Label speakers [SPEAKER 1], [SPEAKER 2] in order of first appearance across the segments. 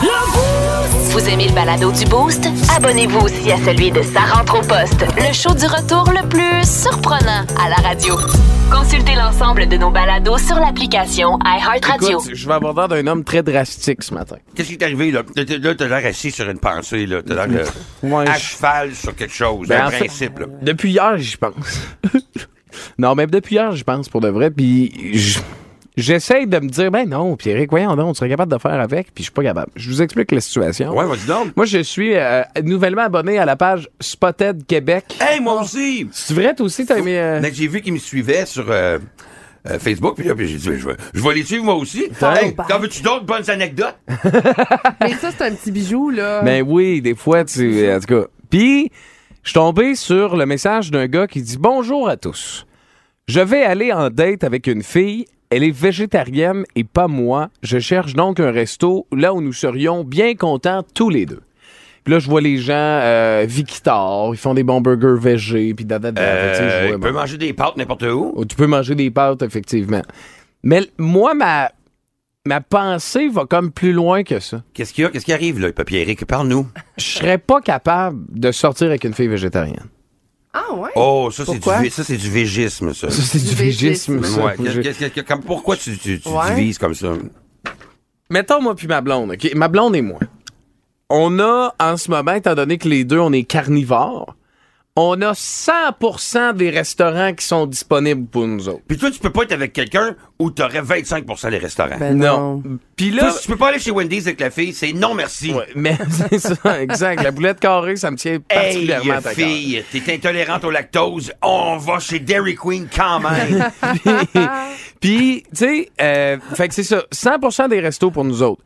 [SPEAKER 1] Vous aimez le balado du Boost? Abonnez-vous aussi à celui de Sa rentre au poste, le show du retour le plus surprenant à la radio. Consultez l'ensemble de nos balados sur l'application iHeartRadio.
[SPEAKER 2] Écoute, je vais aborder d'un homme très drastique ce matin.
[SPEAKER 3] Qu'est-ce qui est arrivé, là? T'as- t'as- Là, t'as l'air assis sur une pensée, là. T'as l'air euh,
[SPEAKER 2] Ouais,
[SPEAKER 3] à
[SPEAKER 2] je-
[SPEAKER 3] cheval sur quelque chose,
[SPEAKER 2] Ben,
[SPEAKER 3] un
[SPEAKER 2] en fait-
[SPEAKER 3] principe, là.
[SPEAKER 2] Depuis hier, j'y pense. non, mais depuis hier, j'y pense pour de vrai. Puis je- j'essaie de me dire, ben non, Pierrick, voyons donc, on serait capable de faire avec. Puis je suis pas capable. Je vous explique la situation.
[SPEAKER 3] Ouais, vas-y donc.
[SPEAKER 2] Moi, je suis euh, nouvellement abonné à la page Spotted Québec.
[SPEAKER 3] Hey, moi aussi!
[SPEAKER 2] C'est vrai, toi aussi, t'as aimé. euh,
[SPEAKER 3] Mais j'ai vu qu'ils me suivaient sur euh, euh, Facebook, puis là, puis j'ai dit, je vais, je vais les suivre moi aussi.
[SPEAKER 2] T'as Ah,
[SPEAKER 3] Hey,
[SPEAKER 4] un bac.
[SPEAKER 3] quand veux-tu d'autres bonnes anecdotes?
[SPEAKER 4] Mais ça, c'est un petit bijou, là.
[SPEAKER 2] Ben oui, des fois, tu. En tout cas. Puis, je suis tombé sur le message d'un gars qui dit Bonjour à tous. Je vais aller en date avec une fille. Elle est végétarienne et pas moi. Je cherche donc un resto là où nous serions bien contents tous les deux. Puis là, je vois les gens euh, Vikitar, ils font des bons burgers végés, puis da, da, da. Fait que, ben, tu sais, je
[SPEAKER 3] Euh,
[SPEAKER 2] vois,
[SPEAKER 3] tu peux
[SPEAKER 2] bon.
[SPEAKER 3] manger des pâtes n'importe où.
[SPEAKER 2] Oh, Tu peux manger des pâtes, effectivement. Mais l- moi, ma, ma pensée va comme plus loin que ça
[SPEAKER 3] Qu'est-ce qu'il y a? Qu'est-ce qui arrive, là? Papier Eric, parle-nous.
[SPEAKER 2] je serais pas capable de sortir avec une fille végétarienne.
[SPEAKER 4] Ah, ouais.
[SPEAKER 3] Oh, ça, c'est du,
[SPEAKER 4] Pourquoi?
[SPEAKER 3] vé- ça, c'est du végisme, ça.
[SPEAKER 2] Ça, c'est du
[SPEAKER 4] Du
[SPEAKER 2] végisme,
[SPEAKER 4] végisme.
[SPEAKER 2] ça.
[SPEAKER 3] Ouais,
[SPEAKER 2] Je-
[SPEAKER 3] qu'est- qu'est- qu'est- comme- pourquoi tu, tu- tu
[SPEAKER 4] Ouais.
[SPEAKER 3] divises comme ça?
[SPEAKER 2] Mettons, moi puis ma blonde, OK? Ma blonde et moi. On a, en ce moment, étant donné que les deux, on est carnivores, on a 100 des restaurants qui sont disponibles pour nous autres.
[SPEAKER 3] Puis toi, tu peux pas être avec quelqu'un où t'aurais 25 des restaurants.
[SPEAKER 4] Ben non.
[SPEAKER 2] Puis
[SPEAKER 3] Toi,
[SPEAKER 2] là...
[SPEAKER 3] si tu peux pas aller chez Wendy's avec la fille, c'est non merci.
[SPEAKER 2] Ouais, mais c'est ça, exact. La boulette carrée, ça me tient
[SPEAKER 3] Hey,
[SPEAKER 2] particulièrement à cœur.
[SPEAKER 3] fille, t'es intolérante au lactose, on va chez Dairy Queen quand
[SPEAKER 4] Ah,
[SPEAKER 3] même.
[SPEAKER 2] Puis, tu sais, euh, fait que c'est ça. 100 des restos pour nous autres.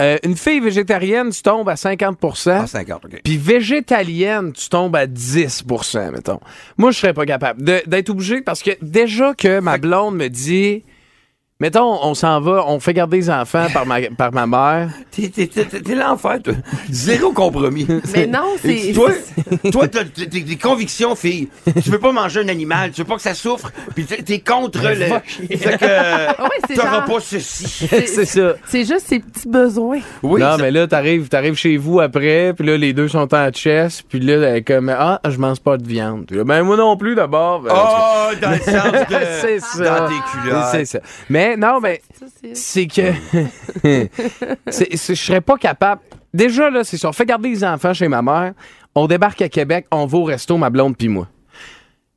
[SPEAKER 2] Euh, une fille végétarienne, tu tombes à 50
[SPEAKER 3] Ah, 50, OK.
[SPEAKER 2] Puis végétalienne, tu tombes à 10 mettons. Moi, je serais pas capable de- d'être obligé parce que déjà que ma blonde me dit mettons, on s'en va, on fait garder les enfants par ma, par ma mère.
[SPEAKER 3] T'es, t'es- t'es- t'es- t'es l'enfer, toi. Zéro compromis.
[SPEAKER 4] Mais non, c'est.
[SPEAKER 3] Toi, toi, t'as t'as- t'as des convictions, fille. Tu veux pas manger un animal, tu veux pas que ça souffre, puis t'es, t'es contre le. Fait que
[SPEAKER 4] Ah ouais, c'est
[SPEAKER 3] t'auras
[SPEAKER 4] genre-
[SPEAKER 3] pas ceci.
[SPEAKER 2] C'est ça.
[SPEAKER 4] C'est juste ses petits besoins.
[SPEAKER 3] Oui,
[SPEAKER 2] non,
[SPEAKER 3] ça-
[SPEAKER 2] mais là, t'arrives, t'arrives chez vous après, puis là, les deux sont en chess, puis là, elle est comme, ah, je mange pas de viande. Puis là, ben, moi non plus, d'abord. Ben,
[SPEAKER 3] Oh, dans le sens
[SPEAKER 2] tu- c'est
[SPEAKER 3] de.
[SPEAKER 2] ça.
[SPEAKER 3] Dans tes culottes.
[SPEAKER 2] C'est ça. Mais non, mais
[SPEAKER 4] Ça, c'est.
[SPEAKER 2] c'est que c'est- c'est- je serais pas capable. Déjà, là, c'est ça. On fait garder les enfants chez ma mère. On débarque à Québec, on va au resto, ma blonde puis moi.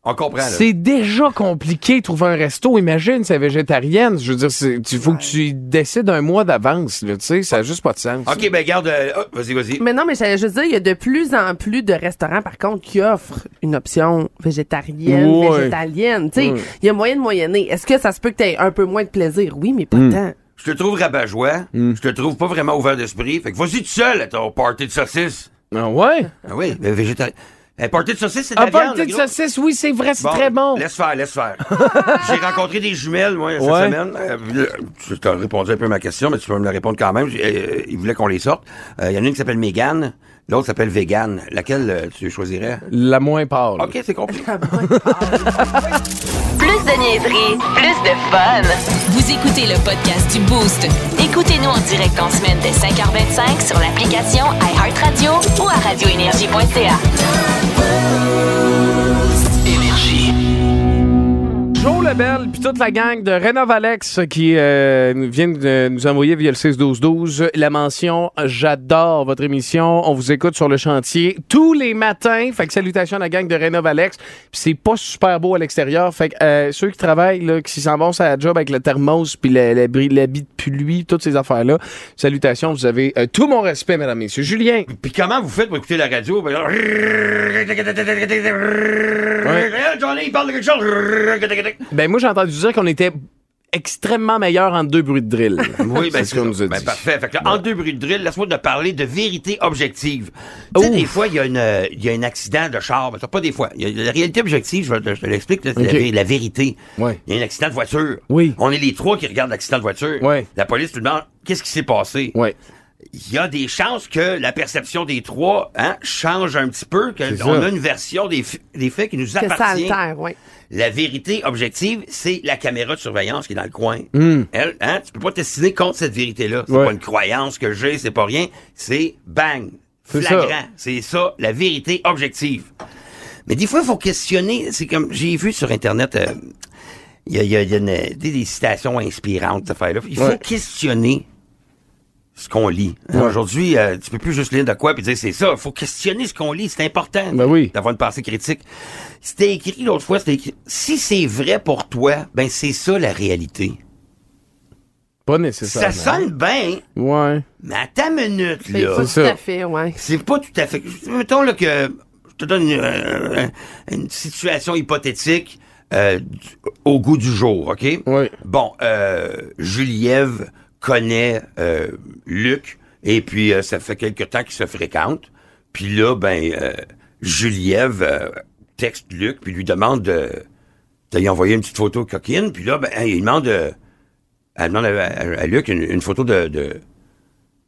[SPEAKER 3] On comprend, là.
[SPEAKER 2] C'est déjà compliqué de trouver un resto. Imagine, c'est végétarienne. Je veux dire, c'est- tu faut que tu décides un mois d'avance. là, Tu sais, ça n'a juste pas de sens.
[SPEAKER 3] OK, ben, garde. euh, oh, vas-y, vas-y.
[SPEAKER 4] Mais non, mais j'allais juste dire, il y a de plus en plus de restaurants, par contre, qui offrent une option végétarienne,
[SPEAKER 2] Ouais.
[SPEAKER 4] végétalienne. Tu sais,
[SPEAKER 2] Ouais.
[SPEAKER 4] il y a moyen de moyenner. Est-ce que ça se peut que t'aies un peu moins de plaisir? Oui, mais pas tant.
[SPEAKER 3] Je te trouve rabat-joie. Je te trouve pas vraiment ouvert d'esprit. Fait que vas-y tout seul à ton party de saucisse.
[SPEAKER 2] Ah ouais? Ah,
[SPEAKER 3] Ah oui, ben, végétarien. Un party de saucisse, c'est de
[SPEAKER 2] Un
[SPEAKER 3] la viande,
[SPEAKER 2] party de
[SPEAKER 3] gros.
[SPEAKER 2] saucisse, oui, c'est vrai, c'est
[SPEAKER 3] Bon,
[SPEAKER 2] très bon.
[SPEAKER 3] Laisse faire, laisse faire. J'ai rencontré des jumelles, moi, cette
[SPEAKER 2] Ouais.
[SPEAKER 3] semaine. Euh, tu as répondu un peu à ma question, mais tu peux me la répondre quand même. J'ai- euh, ils voulaient qu'on les sorte. Euh, Il y en a une qui s'appelle Mégane, l'autre s'appelle Vegan. Laquelle euh, tu choisirais?
[SPEAKER 2] La moins pâle.
[SPEAKER 3] OK, c'est compris.
[SPEAKER 1] Plus de niaiserie, plus de fun. Vous écoutez le podcast du Boost. Écoutez-nous en direct en semaine dès 5h25 sur l'application iHeartRadio ou à radioénergie.ca.
[SPEAKER 2] Joe Lebel puis toute la gang de Rénov Alex qui euh, nous- viennent de nous envoyer via le 6-12-12 la mention « J'adore votre émission, on vous écoute sur le chantier tous les matins ». Fait que salutations à la gang de Rénov Alex. Puis c'est pas super beau à l'extérieur, fait que euh, ceux qui travaillent, là, qui s'en vont à la job avec le thermos puis la, la, bri- l'habit de pluie, toutes ces affaires-là, salutations, vous avez euh, tout mon respect, mesdames, messieurs. Julien,
[SPEAKER 3] Puis comment vous faites pour écouter la radio? Ben, alors- Eh, Johnny, il parle de quelque chose.
[SPEAKER 2] ben moi j'ai entendu dire qu'on était extrêmement meilleur en deux bruits de drill.
[SPEAKER 3] Oui, ben,
[SPEAKER 2] c'est ce qu'on
[SPEAKER 3] ça.
[SPEAKER 2] nous a dit.
[SPEAKER 3] Ben, parfait. Fait que là, en deux bruits de drill, laisse-moi te parler de vérité objective. Tu sais,
[SPEAKER 2] Ouf.
[SPEAKER 3] des fois, il y, a une, euh, il y a un accident de char. mais ça, pas des fois. Il y a la réalité objective, je, vais te- je te l'explique, là, c'est
[SPEAKER 2] Ok.
[SPEAKER 3] la, vé- la vérité.
[SPEAKER 2] Ouais.
[SPEAKER 3] Il y a un accident de voiture.
[SPEAKER 2] Oui.
[SPEAKER 3] On est les trois qui regardent l'accident de voiture.
[SPEAKER 2] Ouais.
[SPEAKER 3] La police te demande, qu'est-ce qui s'est passé?
[SPEAKER 2] Ouais.
[SPEAKER 3] il y a des chances que la perception des trois hein, change un petit peu,
[SPEAKER 2] C'est
[SPEAKER 3] qu'on
[SPEAKER 2] ça.
[SPEAKER 3] a une version des, f- des faits qui nous
[SPEAKER 4] Que ça
[SPEAKER 3] appartient.
[SPEAKER 4] altère, oui.
[SPEAKER 3] La vérité objective, c'est la caméra de surveillance qui est dans le coin. Elle, hein, tu peux pas t'estimer contre cette vérité-là. C'est
[SPEAKER 2] Mm. Ouais.
[SPEAKER 3] pas une croyance que j'ai, c'est pas rien. C'est bang,
[SPEAKER 2] C'est ça.
[SPEAKER 3] flagrant. C'est ça, la vérité objective. Mais des fois, il faut questionner. C'est comme j'ai vu sur Internet, euh, il y a, il y a- il y a une- des, des citations inspirantes, cette affaire-là. Il faut
[SPEAKER 2] Ouais.
[SPEAKER 3] questionner ce qu'on lit. Hein, Aujourd'hui, euh, tu peux plus juste lire de quoi puis dire c'est ça. Il faut questionner ce qu'on lit. C'est important
[SPEAKER 2] Ben oui.
[SPEAKER 3] d'avoir une pensée critique. C'était écrit l'autre fois, c'était écrit. Si c'est vrai pour toi, ben c'est ça la réalité.
[SPEAKER 2] Pas
[SPEAKER 3] Ça
[SPEAKER 2] nécessairement.
[SPEAKER 3] sonne bien,
[SPEAKER 2] Ouais.
[SPEAKER 3] mais à ta minute,
[SPEAKER 4] Ben, C'est
[SPEAKER 3] là.
[SPEAKER 4] pas
[SPEAKER 2] C'est
[SPEAKER 4] tout
[SPEAKER 2] ça.
[SPEAKER 4] à fait, ouais.
[SPEAKER 3] C'est pas tout à fait. Mettons là que je te donne une, euh, une situation hypothétique euh, du- au goût du jour, OK?
[SPEAKER 2] Oui.
[SPEAKER 3] Bon, euh, Juliève connaît euh, Luc, et puis euh, ça fait quelque temps qu'ils se fréquentent. Puis là, ben, euh, Juliève euh, texte Luc, puis lui demande de, de lui envoyer une petite photo coquine. Puis là, ben, il demande, euh, elle demande à, à- à Luc une, une photo de- de,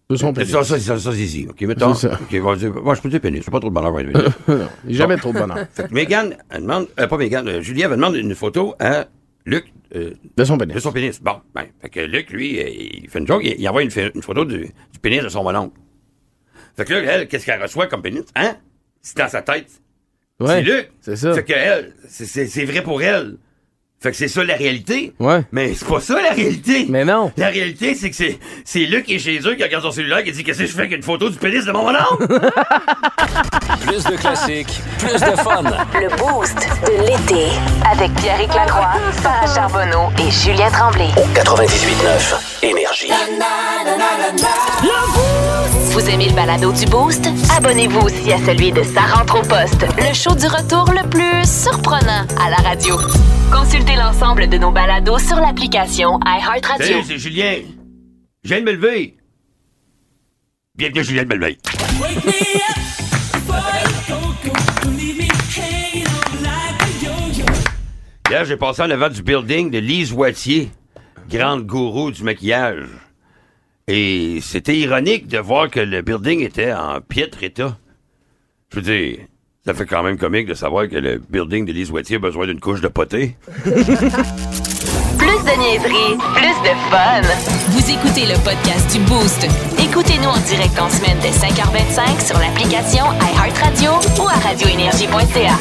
[SPEAKER 2] De son pénis.
[SPEAKER 3] Euh, ça, ça, ça, ça, zizi. OK, mettons.
[SPEAKER 2] C'est ça.
[SPEAKER 3] OK, on va dire- moi, je peux dire pénis. C'est pas trop de bonheur. ouais, pénis.
[SPEAKER 2] Jamais trop de bonheur.
[SPEAKER 3] fait que Mégane, elle demande, euh, pas Mégane, euh, Juliette, elle demande une photo à Luc euh,
[SPEAKER 2] De son
[SPEAKER 3] de
[SPEAKER 2] pénis.
[SPEAKER 3] son pénis. Bon, ben, fait que Luc, lui, euh, il fait une joke, il, il envoie une, fi- une photo du, du pénis de son mononcle. Fait que là, elle, qu'est-ce qu'elle reçoit comme pénis? Hein? C'est dans sa tête.
[SPEAKER 2] Ouais.
[SPEAKER 3] C'est Luc.
[SPEAKER 2] C'est ça.
[SPEAKER 3] Fait que elle, c'est- c'est c'est vrai pour elle. Fait que c'est ça la réalité.
[SPEAKER 2] Ouais.
[SPEAKER 3] Mais c'est pas ça la réalité.
[SPEAKER 2] Mais non.
[SPEAKER 3] La réalité, c'est que c'est, c'est Luc qui est chez eux qui regarde son cellulaire qui dit Qu'est-ce que je fais avec une photo du pénis de mon bonhomme
[SPEAKER 5] Plus de classiques, plus de fun.
[SPEAKER 1] Le boost de l'été avec Pierre Lacroix, Sarah Charbonneau et Julien Tremblay.
[SPEAKER 5] 98.9 Énergie.
[SPEAKER 1] Vous aimez le balado du boost Abonnez-vous aussi à celui de Sa rentre au poste, le show du retour le plus surprenant à la radio. Consultez l'ensemble de nos balados sur l'application iHeartRadio.
[SPEAKER 3] Salut, c'est Julien. Je viens de me lever. Bienvenue, Julien de Melveille. Hier, j'ai passé en avant du building de Lise Wattier, grande gourou du maquillage. Et c'était ironique de voir que le building était en piètre état. Je veux dire, ça fait quand même comique de savoir que le building de Lise Wattier a besoin d'une couche de potée.
[SPEAKER 1] Plus de niaiserie, plus de fun. Vous écoutez le podcast du Boost. Écoutez-nous en direct en semaine dès 5h25 sur l'application iHeartRadio ou à radioénergie.ca.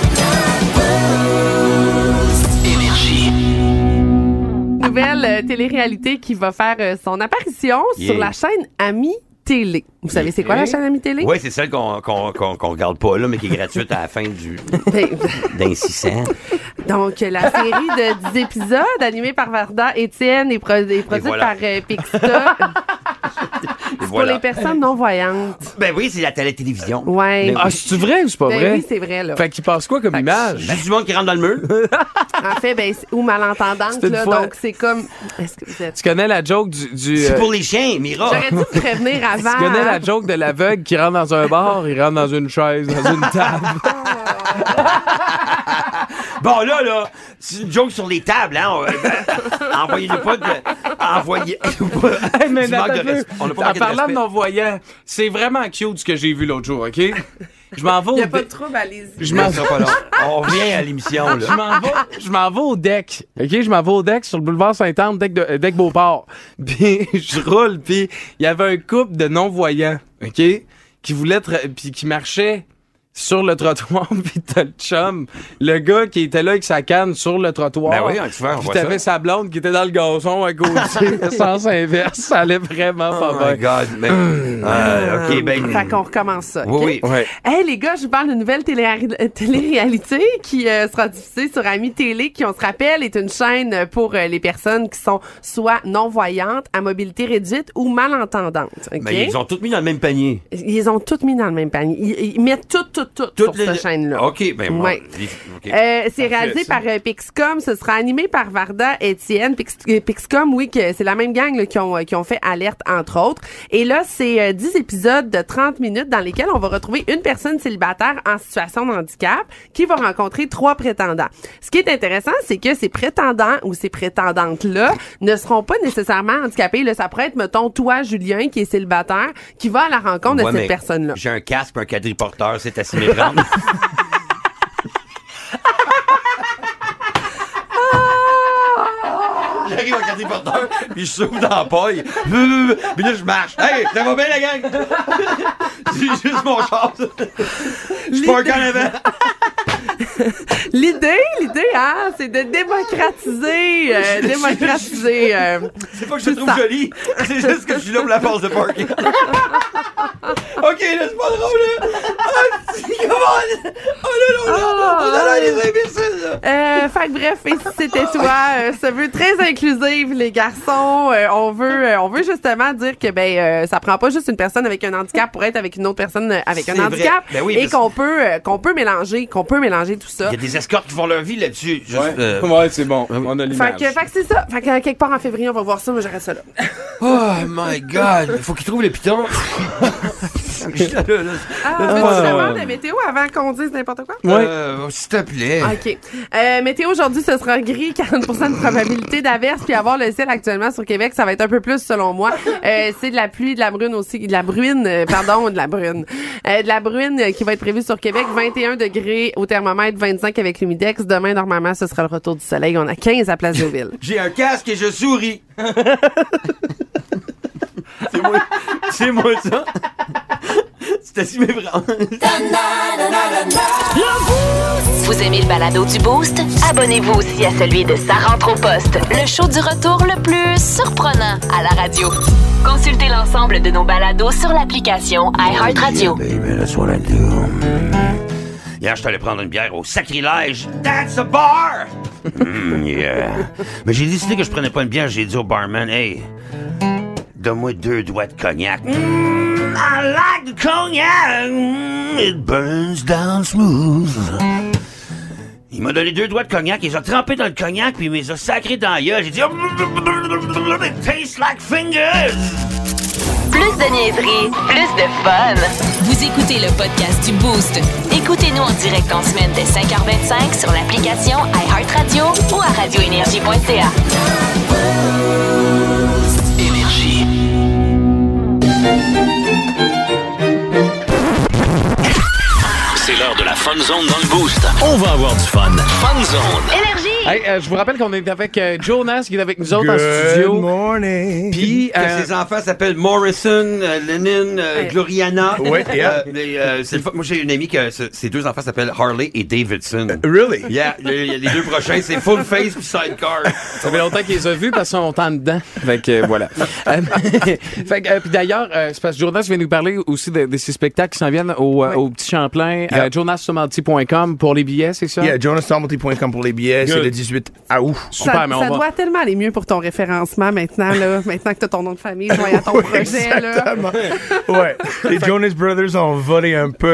[SPEAKER 4] Nouvelle euh, télé-réalité qui va faire euh, son apparition sur
[SPEAKER 3] Yeah.
[SPEAKER 4] la chaîne Ami Télé. Vous savez, c'est quoi la chaîne Ami Télé?
[SPEAKER 3] Oui, c'est celle qu'on qu'on- qu'on- qu'on regarde pas là, mais qui est gratuite à la fin du
[SPEAKER 4] Ben,
[SPEAKER 3] d'un 600.
[SPEAKER 4] Donc, euh, la série de 10 épisodes animée par Varda, Étienne et, pro- et produite
[SPEAKER 3] voilà.
[SPEAKER 4] par euh, Pixta
[SPEAKER 3] Et
[SPEAKER 4] pour les
[SPEAKER 3] voilà.
[SPEAKER 4] personnes non-voyantes.
[SPEAKER 3] Ben oui, c'est la télé-télévision.
[SPEAKER 4] Ouais.
[SPEAKER 3] Ben
[SPEAKER 2] Ah, c'est vrai ou c'est pas
[SPEAKER 4] Ben
[SPEAKER 2] vrai?
[SPEAKER 4] oui, c'est vrai, là.
[SPEAKER 2] Fait qu'il passe quoi comme image?
[SPEAKER 3] Juste du monde qui rentre dans le mur.
[SPEAKER 4] En fait, ben, c'est- ou malentendante,
[SPEAKER 2] C'était une
[SPEAKER 4] là.
[SPEAKER 2] fois-
[SPEAKER 4] Donc, c'est comme. Est-ce que vous êtes.
[SPEAKER 2] Tu connais la joke du. du,
[SPEAKER 3] C'est
[SPEAKER 2] euh,
[SPEAKER 3] pour les chiens, Mira.
[SPEAKER 4] J'aurais dû vous prévenir avant. hein.
[SPEAKER 2] tu connais la joke de l'aveugle qui rentre dans un bar, il rentre dans une chaise, dans une table.
[SPEAKER 3] Bon, là, là, c'est une joke sur les tables, hein. on- Envoyez-nous pas de. Envoyez-nous pas.
[SPEAKER 2] Hey, mais
[SPEAKER 3] du manque
[SPEAKER 2] attends
[SPEAKER 3] de
[SPEAKER 2] un peu.
[SPEAKER 3] res- On n'a pas
[SPEAKER 2] en
[SPEAKER 3] manqué de
[SPEAKER 2] parlant de
[SPEAKER 3] respect.
[SPEAKER 2] non-voyants, c'est vraiment cute ce que j'ai vu l'autre jour, OK? Je m'en vais
[SPEAKER 4] Il n'y
[SPEAKER 2] au
[SPEAKER 4] a pas de
[SPEAKER 2] deck.
[SPEAKER 4] trouble, allez-y.
[SPEAKER 2] Je m'en
[SPEAKER 3] Ça sera pas long. On revient à l'émission,
[SPEAKER 2] je
[SPEAKER 3] là.
[SPEAKER 2] m'en vais, je m'en vais au deck. OK, je m'en vais au deck sur le boulevard Saint-Anne, deck, de, euh, deck Beauport. Puis je roule, puis il y avait un couple de non-voyants, OK, qui voulait tra- puis qui marchait sur le trottoir, puis t'as le chum, le gars qui était là avec sa canne sur le trottoir.
[SPEAKER 3] Ben oui, hein, souvent, on
[SPEAKER 2] Puis
[SPEAKER 3] voit
[SPEAKER 2] t'avais
[SPEAKER 3] ça.
[SPEAKER 2] sa blonde qui était dans le gazon à côté, le sens inverse, ça allait vraiment
[SPEAKER 3] Oh
[SPEAKER 2] pas
[SPEAKER 3] my
[SPEAKER 2] bien.
[SPEAKER 3] God. mais-
[SPEAKER 2] Euh,
[SPEAKER 3] Ah, OK, ben.
[SPEAKER 4] Euh, Hum. Fait qu'on recommence ça.
[SPEAKER 3] Oui,
[SPEAKER 4] OK?
[SPEAKER 3] oui.
[SPEAKER 2] Ouais.
[SPEAKER 4] Hey les gars, je vous parle d'une nouvelle télé- euh, télé-réalité qui euh, sera diffusée sur Ami Télé, qui on se rappelle est une chaîne pour euh, les personnes qui sont soit non-voyantes, à mobilité réduite ou malentendantes. ok?
[SPEAKER 3] Mais Ben, ils ont tous mis dans le même panier.
[SPEAKER 4] Ils les ont toutes mis dans le même panier. Ils, ils mettent tout, tout, tout, tout
[SPEAKER 3] Toutes les-
[SPEAKER 4] sur cette chaîne-là.
[SPEAKER 3] OK, ben bon,
[SPEAKER 4] Ouais.
[SPEAKER 3] les- OK.
[SPEAKER 4] Euh,
[SPEAKER 3] Parfait,
[SPEAKER 4] c'est réalisé
[SPEAKER 3] ça.
[SPEAKER 4] par euh, Pixcom, ce sera animé par Varda Etienne. Pix- euh, Pixcom, oui, que c'est la même gang là, qui, ont, euh, qui ont fait Alerte, entre autres. Et là, c'est euh, 10 épisodes de 30 minutes dans lesquels on va retrouver une personne célibataire en situation de handicap qui va rencontrer trois prétendants. Ce qui est intéressant, c'est que ces prétendants ou ces prétendantes-là ne seront pas nécessairement handicapés. Là, ça pourrait être, mettons, toi, Julien, qui est célibataire, qui va à la rencontre
[SPEAKER 3] Ouais,
[SPEAKER 4] de
[SPEAKER 3] mais
[SPEAKER 4] cette personne-là.
[SPEAKER 3] J'ai un casque, un quadriporteur, c'est assez méchant. J'arrive en quadriporteur, puis je s'ouvre dans la paille. Puis là, je marche. Hey, ça va bien, la gang? J'ai juste mon char. Je suis pas un carnaval.
[SPEAKER 4] L'idée, l'idée, hein, c'est de démocratiser, euh, démocratiser. euh,
[SPEAKER 3] C'est pas que je te
[SPEAKER 4] Tout
[SPEAKER 3] trouve
[SPEAKER 4] ça.
[SPEAKER 3] jolie, c'est juste que je suis là pour la force de parking. OK, là, c'est pas drôle, là. Ah, si, come on! Oh là là, on
[SPEAKER 4] Ah.
[SPEAKER 3] a- on a l'air des imbéciles, là.
[SPEAKER 4] euh, fait que bref, et si c'était toi, euh, ça veut très inclusive les garçons. Euh, on veut, euh, on veut justement dire que ben euh, ça prend pas juste une personne avec un handicap pour être avec une autre personne euh, avec
[SPEAKER 3] C'est
[SPEAKER 4] un
[SPEAKER 3] vrai.
[SPEAKER 4] handicap
[SPEAKER 3] Ben oui,
[SPEAKER 4] et
[SPEAKER 3] parce-
[SPEAKER 4] qu'on peut, euh, qu'on peut mélanger, qu'on peut mélanger tout ça.
[SPEAKER 3] Il y a des escortes qui font leur vie là-dessus. Juste,
[SPEAKER 2] Ouais,
[SPEAKER 3] euh,
[SPEAKER 2] Ouais, c'est bon. On a
[SPEAKER 4] Fait
[SPEAKER 2] l'image.
[SPEAKER 4] que, fait que c'est ça. Fait que euh, quelque part en février, on va voir ça, mais j'arrête ça là.
[SPEAKER 3] Oh my god, il faut qu'ils trouvent le piton. Là, là, là,
[SPEAKER 4] Ah, veux-tu savoir la météo avant qu'on dise n'importe quoi?
[SPEAKER 3] euh, S'il te plaît.
[SPEAKER 4] OK. Euh, météo aujourd'hui, ce sera gris, 40 de probabilité d'averse, puis avoir le ciel actuellement sur Québec, ça va être un peu plus selon moi. Euh, c'est de la pluie, de la brune aussi, de la bruine, euh, pardon, de la brune. Euh, de la brune euh, qui va être prévue sur Québec, 21 degrés au thermomètre, 25 avec l'humidex. Demain, normalement, ce sera le retour du soleil. On a 15 à Place Deauville.
[SPEAKER 3] J'ai un casque et je souris. c'est moi, c'est moi ça. C'était si mes bras.
[SPEAKER 1] Vous aimez le balado du Boost? Abonnez-vous aussi à celui de Sa rentre au poste, le show du retour le plus surprenant à la radio. Consultez l'ensemble de nos balados sur l'application iHeartRadio.
[SPEAKER 3] Hier, je suis allé prendre une bière au sacrilège. That's a bar! Mm, yeah. Mais j'ai décidé que je prenais pas une bière. J'ai dit au barman, hey, donne-moi deux doigts de cognac. Mm, I like the cognac. Mm, it burns down smooth. Il m'a donné deux doigts de cognac, il les a trempés dans le cognac, puis il me les a sacrés dans la gueule. J'ai dit, oh, it tastes like fingers!
[SPEAKER 1] Plus de niaiserie, plus de fun. Vous écoutez le podcast du Boost. Écoutez-nous en direct en semaine dès 5h25 sur l'application iHeartRadio ou à radioénergie.ca.
[SPEAKER 5] C'est l'heure de la Fun Zone dans le Boost. On va avoir du fun. Fun Zone.
[SPEAKER 1] Énergie!
[SPEAKER 2] Hey, euh, je vous rappelle qu'on est avec euh, Jonas qui est avec nous autres en studio.
[SPEAKER 6] morning.
[SPEAKER 2] Puis,
[SPEAKER 3] que
[SPEAKER 2] euh,
[SPEAKER 3] ses enfants s'appellent Morrison, euh, Lennon, euh,
[SPEAKER 4] Ouais.
[SPEAKER 3] Gloriana.
[SPEAKER 6] Ouais, yeah.
[SPEAKER 3] Euh, mais, euh, c'est le fun. Moi, j'ai une amie que ce- ses deux enfants s'appellent Harley et Davidson.
[SPEAKER 6] Euh, Really?
[SPEAKER 3] Yeah, le- le- les deux prochains, c'est Full Face puis Sidecar.
[SPEAKER 2] Ça fait longtemps qu'ils les ont vus parce qu'ils sont en dedans. Fait que, euh, voilà. Euh, fait que, euh, puis d'ailleurs, euh, c'est parce que Jonas vient nous parler aussi de, de ces spectacles qui s'en viennent au, euh,
[SPEAKER 4] Oui.
[SPEAKER 2] au Petit Champlain.
[SPEAKER 6] Yeah.
[SPEAKER 2] Euh, jonassomalty.com pour les billets, c'est ça?
[SPEAKER 6] Yeah, jonassamblety.com pour les billets. C'est
[SPEAKER 2] Good.
[SPEAKER 6] le 18 août.
[SPEAKER 2] Super,
[SPEAKER 4] ça
[SPEAKER 2] mais on
[SPEAKER 4] ça
[SPEAKER 2] va-
[SPEAKER 4] doit tellement aller mieux pour ton référencement maintenant, là. maintenant que t'as ton nom de famille, voyons ton projet, là.
[SPEAKER 6] Exactement. ouais. Les Jonas Brothers ont volé un peu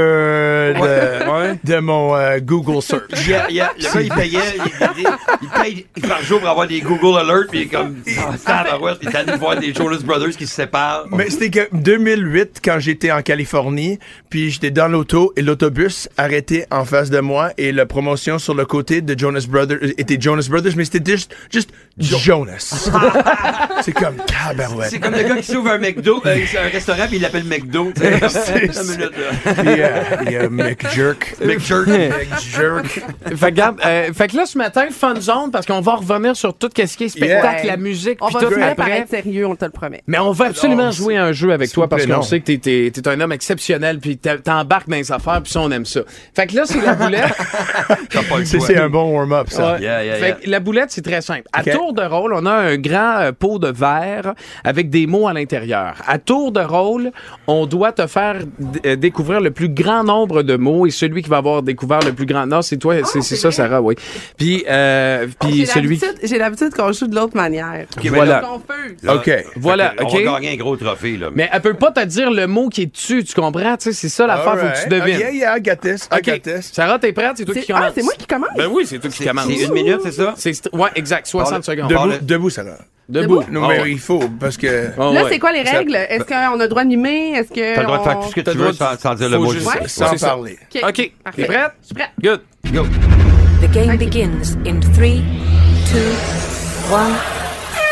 [SPEAKER 6] de, de mon euh, Google search.
[SPEAKER 3] Yeah, yeah. Le gars, il payait, il, il- il paye par jour pour avoir des Google Alerts, puis il est comme, Ah, c'est à la barouette, il est allé voir des Jonas Brothers qui se séparent.
[SPEAKER 6] Mais c'était que 2008, quand j'étais en Californie, puis j'étais dans l'auto et l'autobus arrêté en face de moi et la promotion sur le côté de Jonas Brothers euh, était Jonas Brothers, mais c'était juste, juste Jonas. C'est comme
[SPEAKER 3] C'est
[SPEAKER 6] tabarouette.
[SPEAKER 3] comme le gars qui s'ouvre un McDo, euh, un restaurant, puis il l'appelle McDo. tu sais.
[SPEAKER 6] C'est-
[SPEAKER 3] Une minute, là.
[SPEAKER 6] Puis, euh, puis, euh, McJerk.
[SPEAKER 3] McShirt.
[SPEAKER 6] McJerk.
[SPEAKER 2] Fait que, regarde, euh, fait que là, ce matin, fun zone, parce qu'on va revenir sur tout ce qui est spectacle,
[SPEAKER 4] Yeah.
[SPEAKER 2] la musique,
[SPEAKER 4] On
[SPEAKER 2] puis
[SPEAKER 4] va
[SPEAKER 2] tout
[SPEAKER 4] vraiment
[SPEAKER 2] après.
[SPEAKER 4] paraître sérieux, on te le promet.
[SPEAKER 2] Mais on va absolument
[SPEAKER 6] Non,
[SPEAKER 2] jouer à un jeu avec
[SPEAKER 6] s'il
[SPEAKER 2] toi
[SPEAKER 6] vous plaît,
[SPEAKER 2] parce qu'on
[SPEAKER 6] non.
[SPEAKER 2] sait que t'es, t'es- t'es un homme exceptionnel puis t'em- t'embarques dans les affaires puis ça on aime ça. Fait que là c'est la boulette.
[SPEAKER 3] T'as pas le
[SPEAKER 6] C'est
[SPEAKER 3] choix.
[SPEAKER 6] c'est un bon warm-up, ça.
[SPEAKER 2] Ouais.
[SPEAKER 3] Yeah, aïe, aïe.
[SPEAKER 2] Fait que la boulette, c'est très simple. À
[SPEAKER 6] OK.
[SPEAKER 2] tour de rôle, on a un grand euh, pot de verre avec des mots à l'intérieur. À tour de rôle, on doit te faire d- euh, découvrir le plus grand nombre de mots et celui qui va avoir découvert le plus grand. Non, c'est toi, c'est c'est ça, Sarah, oui. Puis, euh, puis
[SPEAKER 4] J'ai
[SPEAKER 2] celui.
[SPEAKER 4] Oh,
[SPEAKER 2] Ah.
[SPEAKER 4] l'habitude- J'ai l'habitude qu'on joue de l'autre manière.
[SPEAKER 3] Ok, ben
[SPEAKER 2] voilà.
[SPEAKER 3] là,
[SPEAKER 4] Confuse.
[SPEAKER 3] là,
[SPEAKER 6] OK.
[SPEAKER 3] fait que euh,
[SPEAKER 2] Voilà,
[SPEAKER 3] On
[SPEAKER 2] OK.
[SPEAKER 3] va gagner un gros trophée, là.
[SPEAKER 2] Mais elle peut pas te dire le mot qui est dessus, tu comprends? Tu sais, c'est ça l'affaire, faut que tu
[SPEAKER 6] Alright.
[SPEAKER 2] devines.
[SPEAKER 6] Ah, Yeah, yeah, I got this. I got
[SPEAKER 2] OK.
[SPEAKER 6] this.
[SPEAKER 2] Sarah, t'es prête? C'est toi qui
[SPEAKER 4] C'est-
[SPEAKER 2] commence.
[SPEAKER 4] Ah, c'est moi qui commence?
[SPEAKER 2] Ben oui, c'est toi qui
[SPEAKER 3] C'est
[SPEAKER 2] commence.
[SPEAKER 3] c'est une minute, c'est ça?
[SPEAKER 2] C'est st- ouais, exact, 60 secondes.
[SPEAKER 3] Debout.
[SPEAKER 6] Debout, debout, ça là.
[SPEAKER 2] Debout.
[SPEAKER 6] Non, mais il faut, parce que.
[SPEAKER 2] Oh,
[SPEAKER 4] Là,
[SPEAKER 2] ouais.
[SPEAKER 4] c'est quoi les
[SPEAKER 2] Ça-
[SPEAKER 4] règles? Est-ce qu'on a le droit de mimer? Est-ce que.
[SPEAKER 3] T'as le droit de faire
[SPEAKER 4] on-
[SPEAKER 3] tout ce que
[SPEAKER 2] T'as
[SPEAKER 3] tu
[SPEAKER 2] le
[SPEAKER 3] veux
[SPEAKER 2] droit
[SPEAKER 3] sans,
[SPEAKER 2] de-
[SPEAKER 3] sans dire le
[SPEAKER 2] faut
[SPEAKER 3] mot.
[SPEAKER 2] juste-
[SPEAKER 3] juste.
[SPEAKER 6] Sans
[SPEAKER 2] C'est ça.
[SPEAKER 6] parler.
[SPEAKER 4] OK.
[SPEAKER 2] OK, t'es
[SPEAKER 4] Parfait.
[SPEAKER 2] prête?
[SPEAKER 4] Je suis prête.
[SPEAKER 2] Good.
[SPEAKER 3] Go.
[SPEAKER 7] The game begins in three, two, one.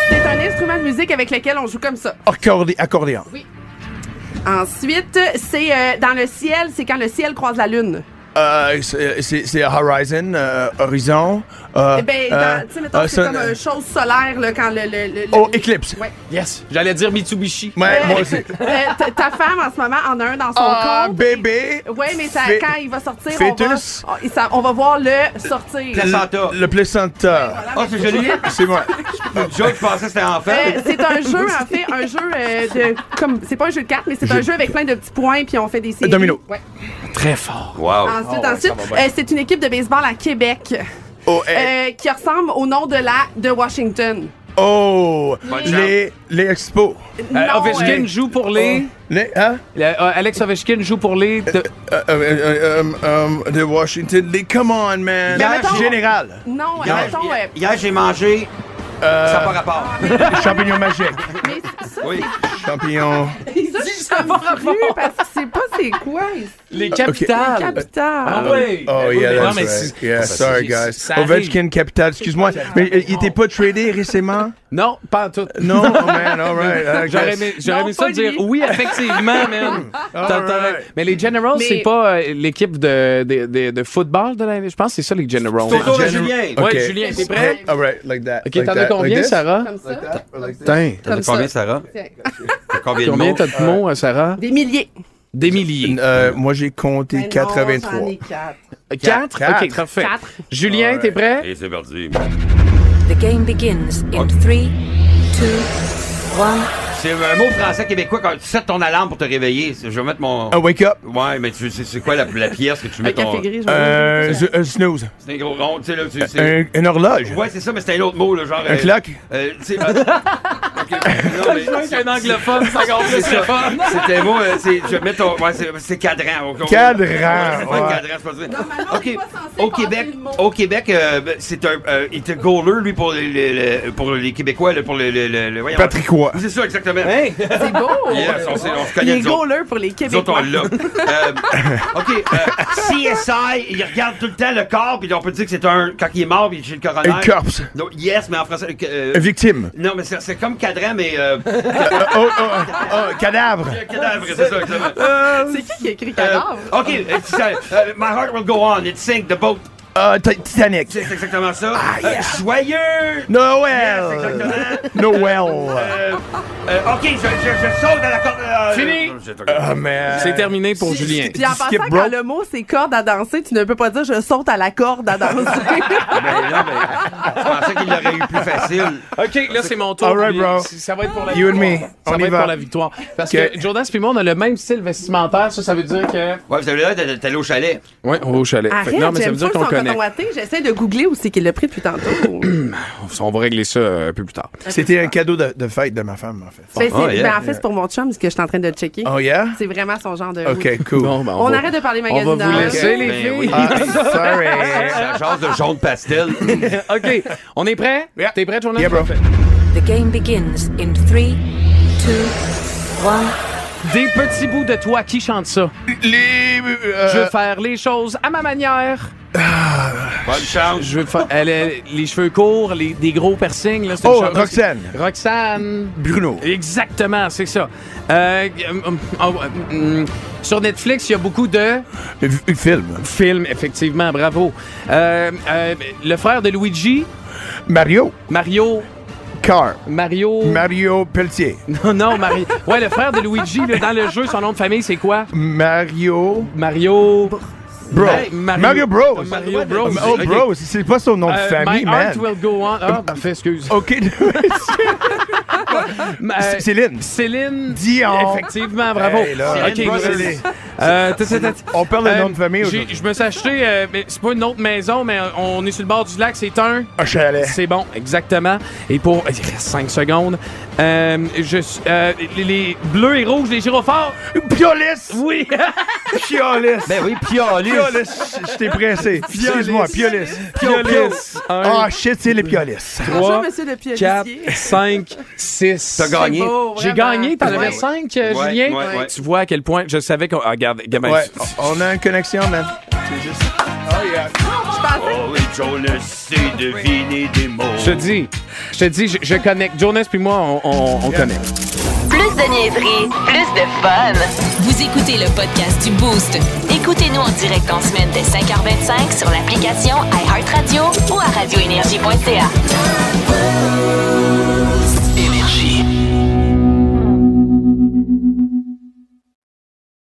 [SPEAKER 4] C'est un instrument de musique avec lequel on joue comme ça.
[SPEAKER 6] Accordé- accordéon.
[SPEAKER 4] Ensuite, c'est euh, dans le ciel, c'est quand le ciel croise la lune.
[SPEAKER 6] Euh, c'est c'est- c'est Horizon, euh, Horizon. euh,
[SPEAKER 4] Eh ben,
[SPEAKER 6] euh,
[SPEAKER 4] dans- tu sais, mettons,
[SPEAKER 6] euh,
[SPEAKER 4] c'est
[SPEAKER 6] sun-
[SPEAKER 4] comme une chose solaire, là, quand le. le- le- le-
[SPEAKER 6] Oh, éclipse.
[SPEAKER 4] Ouais.
[SPEAKER 2] Yes. J'allais dire Mitsubishi.
[SPEAKER 6] Ouais, moi aussi.
[SPEAKER 4] Euh, ta- ta femme, en ce moment, en a un dans son
[SPEAKER 6] Ah,
[SPEAKER 4] compte.
[SPEAKER 6] bébé.
[SPEAKER 4] Oui, mais ça-
[SPEAKER 6] Fé-
[SPEAKER 4] quand il va sortir,
[SPEAKER 6] Fœtus.
[SPEAKER 4] on va, on- ça- on va voir le sortir.
[SPEAKER 3] Placenta.
[SPEAKER 6] Le placenta.
[SPEAKER 3] Ah, c'est joli.
[SPEAKER 6] C'est moi.
[SPEAKER 3] Joe, je pensais que c'était enfant.
[SPEAKER 4] Euh, c'est un jeu, en fait, un jeu euh, de. comme C'est pas un jeu de cartes, mais c'est un jeu avec plein de petits points, puis on fait des séries.
[SPEAKER 6] Domino.
[SPEAKER 4] Ouais.
[SPEAKER 2] Très fort.
[SPEAKER 3] Wow.
[SPEAKER 4] Ensuite, ensuite, euh, c'est une équipe de baseball à Québec
[SPEAKER 6] Oh, eh,
[SPEAKER 4] euh, qui ressemble au nom de la de Washington.
[SPEAKER 6] oh,
[SPEAKER 3] chance.
[SPEAKER 6] les, les expos.
[SPEAKER 2] Euh,
[SPEAKER 4] Non,
[SPEAKER 2] Ovechkin
[SPEAKER 4] euh,
[SPEAKER 2] joue pour les.
[SPEAKER 3] Oh.
[SPEAKER 6] Les, hein?
[SPEAKER 2] Le- euh, Alex Ovechkin joue pour les. de-
[SPEAKER 6] Euh, euh, euh, euh, euh, de Washington. Les, come on, man.
[SPEAKER 4] Mais mettons-
[SPEAKER 6] Général.
[SPEAKER 4] non, euh,
[SPEAKER 3] Hier,
[SPEAKER 4] mettons, euh,
[SPEAKER 3] hier- hier, j'ai mangé. Ça n'a pas rapport.
[SPEAKER 6] Champignon magique.
[SPEAKER 4] mais ça,
[SPEAKER 3] Euh, Oui.
[SPEAKER 6] Champignon.
[SPEAKER 4] ça, je suis confus parce que c'est pas c'est quoi.
[SPEAKER 2] les capitales.
[SPEAKER 4] Capital.
[SPEAKER 2] Ah ouais.
[SPEAKER 6] Oh, yeah,
[SPEAKER 2] Non,
[SPEAKER 6] that's
[SPEAKER 2] mais
[SPEAKER 6] right.
[SPEAKER 2] c'est-
[SPEAKER 6] Yeah,
[SPEAKER 2] c'est-
[SPEAKER 6] sorry,
[SPEAKER 2] c'est-
[SPEAKER 6] guys.
[SPEAKER 2] ça arrive.
[SPEAKER 6] Ovechkin, Capital, excuse-moi. Mais euh, il était pas tradé récemment?
[SPEAKER 2] Non, pas en tout.
[SPEAKER 6] Non, oh, man, all right. I guess.
[SPEAKER 2] J'aurais aimé, j'aurais
[SPEAKER 4] Non,
[SPEAKER 2] aimé ça
[SPEAKER 4] pas
[SPEAKER 2] dire
[SPEAKER 4] lui.
[SPEAKER 2] oui, effectivement, man. T'as-
[SPEAKER 6] All
[SPEAKER 2] t'aurais-
[SPEAKER 6] right.
[SPEAKER 2] Mais les Generals,
[SPEAKER 4] Mais-
[SPEAKER 2] c'est pas euh, l'équipe de, de, de, de football de la. Je pense que c'est ça, les Generals.
[SPEAKER 3] C'est autour de
[SPEAKER 6] Gen-
[SPEAKER 3] Julien.
[SPEAKER 6] Ok.
[SPEAKER 2] Ouais, Julien, t'es prêt?
[SPEAKER 6] All right, like that.
[SPEAKER 2] Ok,
[SPEAKER 6] like
[SPEAKER 2] t'en as
[SPEAKER 6] that,
[SPEAKER 2] combien,
[SPEAKER 6] like this?
[SPEAKER 2] Sarah?
[SPEAKER 4] Comme ça.
[SPEAKER 2] Putain.
[SPEAKER 3] T'as
[SPEAKER 4] Comme
[SPEAKER 3] dit combien,
[SPEAKER 4] ça.
[SPEAKER 3] Sarah?
[SPEAKER 4] Tiens.
[SPEAKER 3] T'as combien de
[SPEAKER 2] Combien
[SPEAKER 3] mots?
[SPEAKER 2] t'as de mots, euh, Sarah?
[SPEAKER 4] Des milliers.
[SPEAKER 2] Des milliers.
[SPEAKER 6] Euh, moi, j'ai compté
[SPEAKER 4] Ben non,
[SPEAKER 6] 83.
[SPEAKER 4] j'en ai quatre.
[SPEAKER 2] Quatre?
[SPEAKER 6] Quatre.
[SPEAKER 2] Ok, parfait.
[SPEAKER 4] Quatre.
[SPEAKER 2] Julien, t'es prêt?
[SPEAKER 3] Et c'est parti.
[SPEAKER 7] The game begins in three, two, one.
[SPEAKER 3] C'est un mot français québécois quand tu sets ton alarme pour te réveiller. Je vais mettre mon.
[SPEAKER 6] Un Oh, wake up.
[SPEAKER 3] Ouais, mais tu sais, c'est quoi la, Ah la pièce que tu mets
[SPEAKER 4] Un café
[SPEAKER 3] ton.
[SPEAKER 4] gris, je
[SPEAKER 6] Euh,
[SPEAKER 4] vais
[SPEAKER 6] z- un snooze.
[SPEAKER 3] C'est un gros rond, tu sais, là. tu- c'est-
[SPEAKER 6] Un, une horloge.
[SPEAKER 3] Ouais, c'est ça, mais c'est un autre mot, là, genre.
[SPEAKER 6] Un clock.
[SPEAKER 3] Euh, tu sais, ben- Ok, non, mais-
[SPEAKER 2] Un anglophone, ça compte plus le fun.
[SPEAKER 3] C'est un mot, euh, c'est, je mets ton, ouais, c'est, c'est cadran. on- on-
[SPEAKER 6] Cadran,
[SPEAKER 3] Ouais, c'est pas
[SPEAKER 6] ouais.
[SPEAKER 3] un cadran, c'est pas ça.
[SPEAKER 4] Normalement,
[SPEAKER 3] Ok,
[SPEAKER 4] on est pas censé
[SPEAKER 3] Au
[SPEAKER 4] passer
[SPEAKER 3] Québec,
[SPEAKER 4] le mot.
[SPEAKER 3] au Québec, euh, ben, c'est un, euh, il était goaler, lui, pour les, les- les- pour les Québécois, là, pour le, le, le, le- voyons.
[SPEAKER 6] Patrick Roy.
[SPEAKER 3] Oui, C'est ça, exactement.
[SPEAKER 4] C'est beau.
[SPEAKER 3] Yes, on, sait- on se
[SPEAKER 4] Il
[SPEAKER 3] connaît,
[SPEAKER 4] est
[SPEAKER 3] nous autres.
[SPEAKER 4] gros, là, pour les
[SPEAKER 3] Nous autres,
[SPEAKER 4] Québécois.
[SPEAKER 3] on l'a. Euh, OK, euh, CSI, il regarde tout le temps le corps, puis on peut dire que c'est un... Quand il est mort, puis chez le coroner...
[SPEAKER 6] Un corpse.
[SPEAKER 3] Non, yes, mais en français... euh,
[SPEAKER 6] Une victime.
[SPEAKER 3] non, mais c'est, c'est comme cadran, mais... euh,
[SPEAKER 6] Euh, oh, oh,
[SPEAKER 2] Ah,
[SPEAKER 6] oh, cadavre.
[SPEAKER 3] cadavre, c'est ça, exactement.
[SPEAKER 4] C'est qui qui a écrit
[SPEAKER 3] Euh,
[SPEAKER 4] cadavre?
[SPEAKER 3] OK, euh, tu sais, euh, my heart will go on, it sink, the boat.
[SPEAKER 6] Euh, Ti- Titanic.
[SPEAKER 3] C'est exactement ça. Euh, joyeux! euh, Yes,
[SPEAKER 6] Noël.
[SPEAKER 3] exactement.
[SPEAKER 6] Noël.
[SPEAKER 3] Euh, euh, OK, je, je, je saute à la corde... euh,
[SPEAKER 2] Fini.
[SPEAKER 3] euh, c'est-
[SPEAKER 6] Ah, man.
[SPEAKER 2] C'est terminé pour Julien.
[SPEAKER 4] Puis en
[SPEAKER 6] Skip
[SPEAKER 4] passant,
[SPEAKER 6] Brown.
[SPEAKER 4] quand le mot c'est corde à danser, tu ne peux pas dire je saute à la corde à danser.
[SPEAKER 3] Ben, non, mais je pensais qu'il l'aurait eu plus facile.
[SPEAKER 2] OK, là, c'est mon tour.
[SPEAKER 6] All right,
[SPEAKER 2] Puis,
[SPEAKER 6] bro.
[SPEAKER 2] c- Ça va être pour la
[SPEAKER 6] You and
[SPEAKER 2] victoire.
[SPEAKER 6] me.
[SPEAKER 2] Ça
[SPEAKER 6] On
[SPEAKER 2] va
[SPEAKER 6] y
[SPEAKER 2] être
[SPEAKER 6] va.
[SPEAKER 2] pour la victoire. Parce
[SPEAKER 6] OK.
[SPEAKER 2] que Jordan Spimon a le même style vestimentaire. Ça, ça veut dire que...
[SPEAKER 3] Ouais, vous avez l'air d'être allé au chalet.
[SPEAKER 2] Oui, on va au chalet. Fait que
[SPEAKER 4] Arrête,
[SPEAKER 2] non, mais ça
[SPEAKER 4] j'aime
[SPEAKER 2] veut
[SPEAKER 4] pas
[SPEAKER 2] dire
[SPEAKER 4] le
[SPEAKER 2] qu'on
[SPEAKER 4] son
[SPEAKER 2] le connaît.
[SPEAKER 4] coton watté. J'essaie de googler aussi qu'il l'a pris depuis tantôt. Ben,
[SPEAKER 2] On va régler ça euh, un peu plus tard.
[SPEAKER 6] C'était un cadeau de, de fête de ma femme, en fait.
[SPEAKER 4] c'est-
[SPEAKER 2] ah,
[SPEAKER 3] oh, yeah.
[SPEAKER 4] ben, en fait, c'est pour mon chum ce que je suis en train de checker.
[SPEAKER 6] Oh, yeah?
[SPEAKER 4] C'est vraiment son genre de.
[SPEAKER 6] OK, cool.
[SPEAKER 2] Bon, ben,
[SPEAKER 4] On arrête de parler
[SPEAKER 2] On va vous
[SPEAKER 4] magasinage.
[SPEAKER 2] laisser, les
[SPEAKER 3] Ben
[SPEAKER 2] filles.
[SPEAKER 3] oui.
[SPEAKER 6] Ah, sorry.
[SPEAKER 3] Ça jase de jaune pastel.
[SPEAKER 2] Ah. OK. On est prêt?
[SPEAKER 6] Yeah.
[SPEAKER 2] T'es prêt, Jordan?
[SPEAKER 6] Yeah, bro.
[SPEAKER 7] The game begins in three, two, one.
[SPEAKER 2] Des petits bouts de toi qui chantent ça.
[SPEAKER 6] Les...
[SPEAKER 2] Je veux
[SPEAKER 6] Euh,
[SPEAKER 2] faire les choses à ma manière.
[SPEAKER 3] Bonne chance.
[SPEAKER 2] Je veux faire... Elle a les cheveux courts, les, des gros piercings. Là, c'est une
[SPEAKER 6] oh,
[SPEAKER 2] chanteuse.
[SPEAKER 6] Roxane.
[SPEAKER 2] Roxane.
[SPEAKER 6] Bruno.
[SPEAKER 2] Exactement, c'est ça. Euh, euh, euh, euh, sur Netflix, il y a beaucoup de
[SPEAKER 6] V- Film.
[SPEAKER 2] films, effectivement, bravo. Euh, euh, le frère de Luigi,
[SPEAKER 6] Mario.
[SPEAKER 2] Mario.
[SPEAKER 6] Car.
[SPEAKER 2] Mario.
[SPEAKER 6] Mario Pelletier.
[SPEAKER 2] non, non, Mario. Ouais, le frère de Luigi, là, dans le jeu, son nom de famille, c'est quoi?
[SPEAKER 6] Mario.
[SPEAKER 2] Mario.
[SPEAKER 6] Bro.
[SPEAKER 2] Hey, Mario-
[SPEAKER 6] Mario Bros.
[SPEAKER 2] Mario Bros.
[SPEAKER 6] Oh,
[SPEAKER 2] Ok.
[SPEAKER 6] bro, c'est pas son nom de
[SPEAKER 2] Euh,
[SPEAKER 6] famille,
[SPEAKER 2] my Euh,
[SPEAKER 6] man. Oh,
[SPEAKER 2] heart will go on. Ah, parfait, excuse.
[SPEAKER 6] OK.
[SPEAKER 2] Ma-
[SPEAKER 6] C-
[SPEAKER 2] euh,
[SPEAKER 6] Céline.
[SPEAKER 2] Céline
[SPEAKER 6] Dion.
[SPEAKER 2] Effectivement, bravo.
[SPEAKER 6] Hey, là.
[SPEAKER 2] Ok,
[SPEAKER 6] Céline
[SPEAKER 2] vous-
[SPEAKER 6] Brûlée.
[SPEAKER 2] Euh, t'as- t'as- t'as-
[SPEAKER 6] On perd le
[SPEAKER 2] Euh,
[SPEAKER 6] nom de famille
[SPEAKER 2] j'ai-
[SPEAKER 6] aujourd'hui.
[SPEAKER 2] Je me suis acheté, euh, mais c'est pas une autre maison, mais euh, on est sur le bord du lac, c'est un.
[SPEAKER 6] Un chalet.
[SPEAKER 2] C'est bon, exactement. Et pour. Il reste 5 secondes. Euh, je, suis- euh, les, les bleus et rouges, les gyrophares.
[SPEAKER 6] Piolis!
[SPEAKER 2] Oui!
[SPEAKER 6] Piolis!
[SPEAKER 8] Ben oui, Piolis.
[SPEAKER 6] Piolis! Je t'ai pressé. Excuse-moi, Piolis.
[SPEAKER 2] Pio, pio.
[SPEAKER 6] Piolis. Ah, shit, c'est les Piolis.
[SPEAKER 4] Bonjour, monsieur le
[SPEAKER 2] 4,
[SPEAKER 4] piolissier.
[SPEAKER 2] 5, 6.
[SPEAKER 3] T'as gagné.
[SPEAKER 2] J'ai gagné, t'en avais 5,
[SPEAKER 3] Ouais,
[SPEAKER 2] Julien.
[SPEAKER 3] ouais, ouais.
[SPEAKER 2] Tu vois à quel point. Je savais qu'on. Ah, regarde, gamin.
[SPEAKER 6] Ouais, on a une connexion, man. C'est juste- Oh, yeah.
[SPEAKER 3] Oh, et Jonas sait deviner des mots.
[SPEAKER 2] Je te dis, je te dis, je, je connecte. Jonas puis moi, on, on, on connecte.
[SPEAKER 1] Plus de niaiserie, plus de fun. Vous écoutez le podcast du Boost. Écoutez-nous en direct en semaine dès 5h25 sur l'application iHeartRadio ou à radioénergie.ca.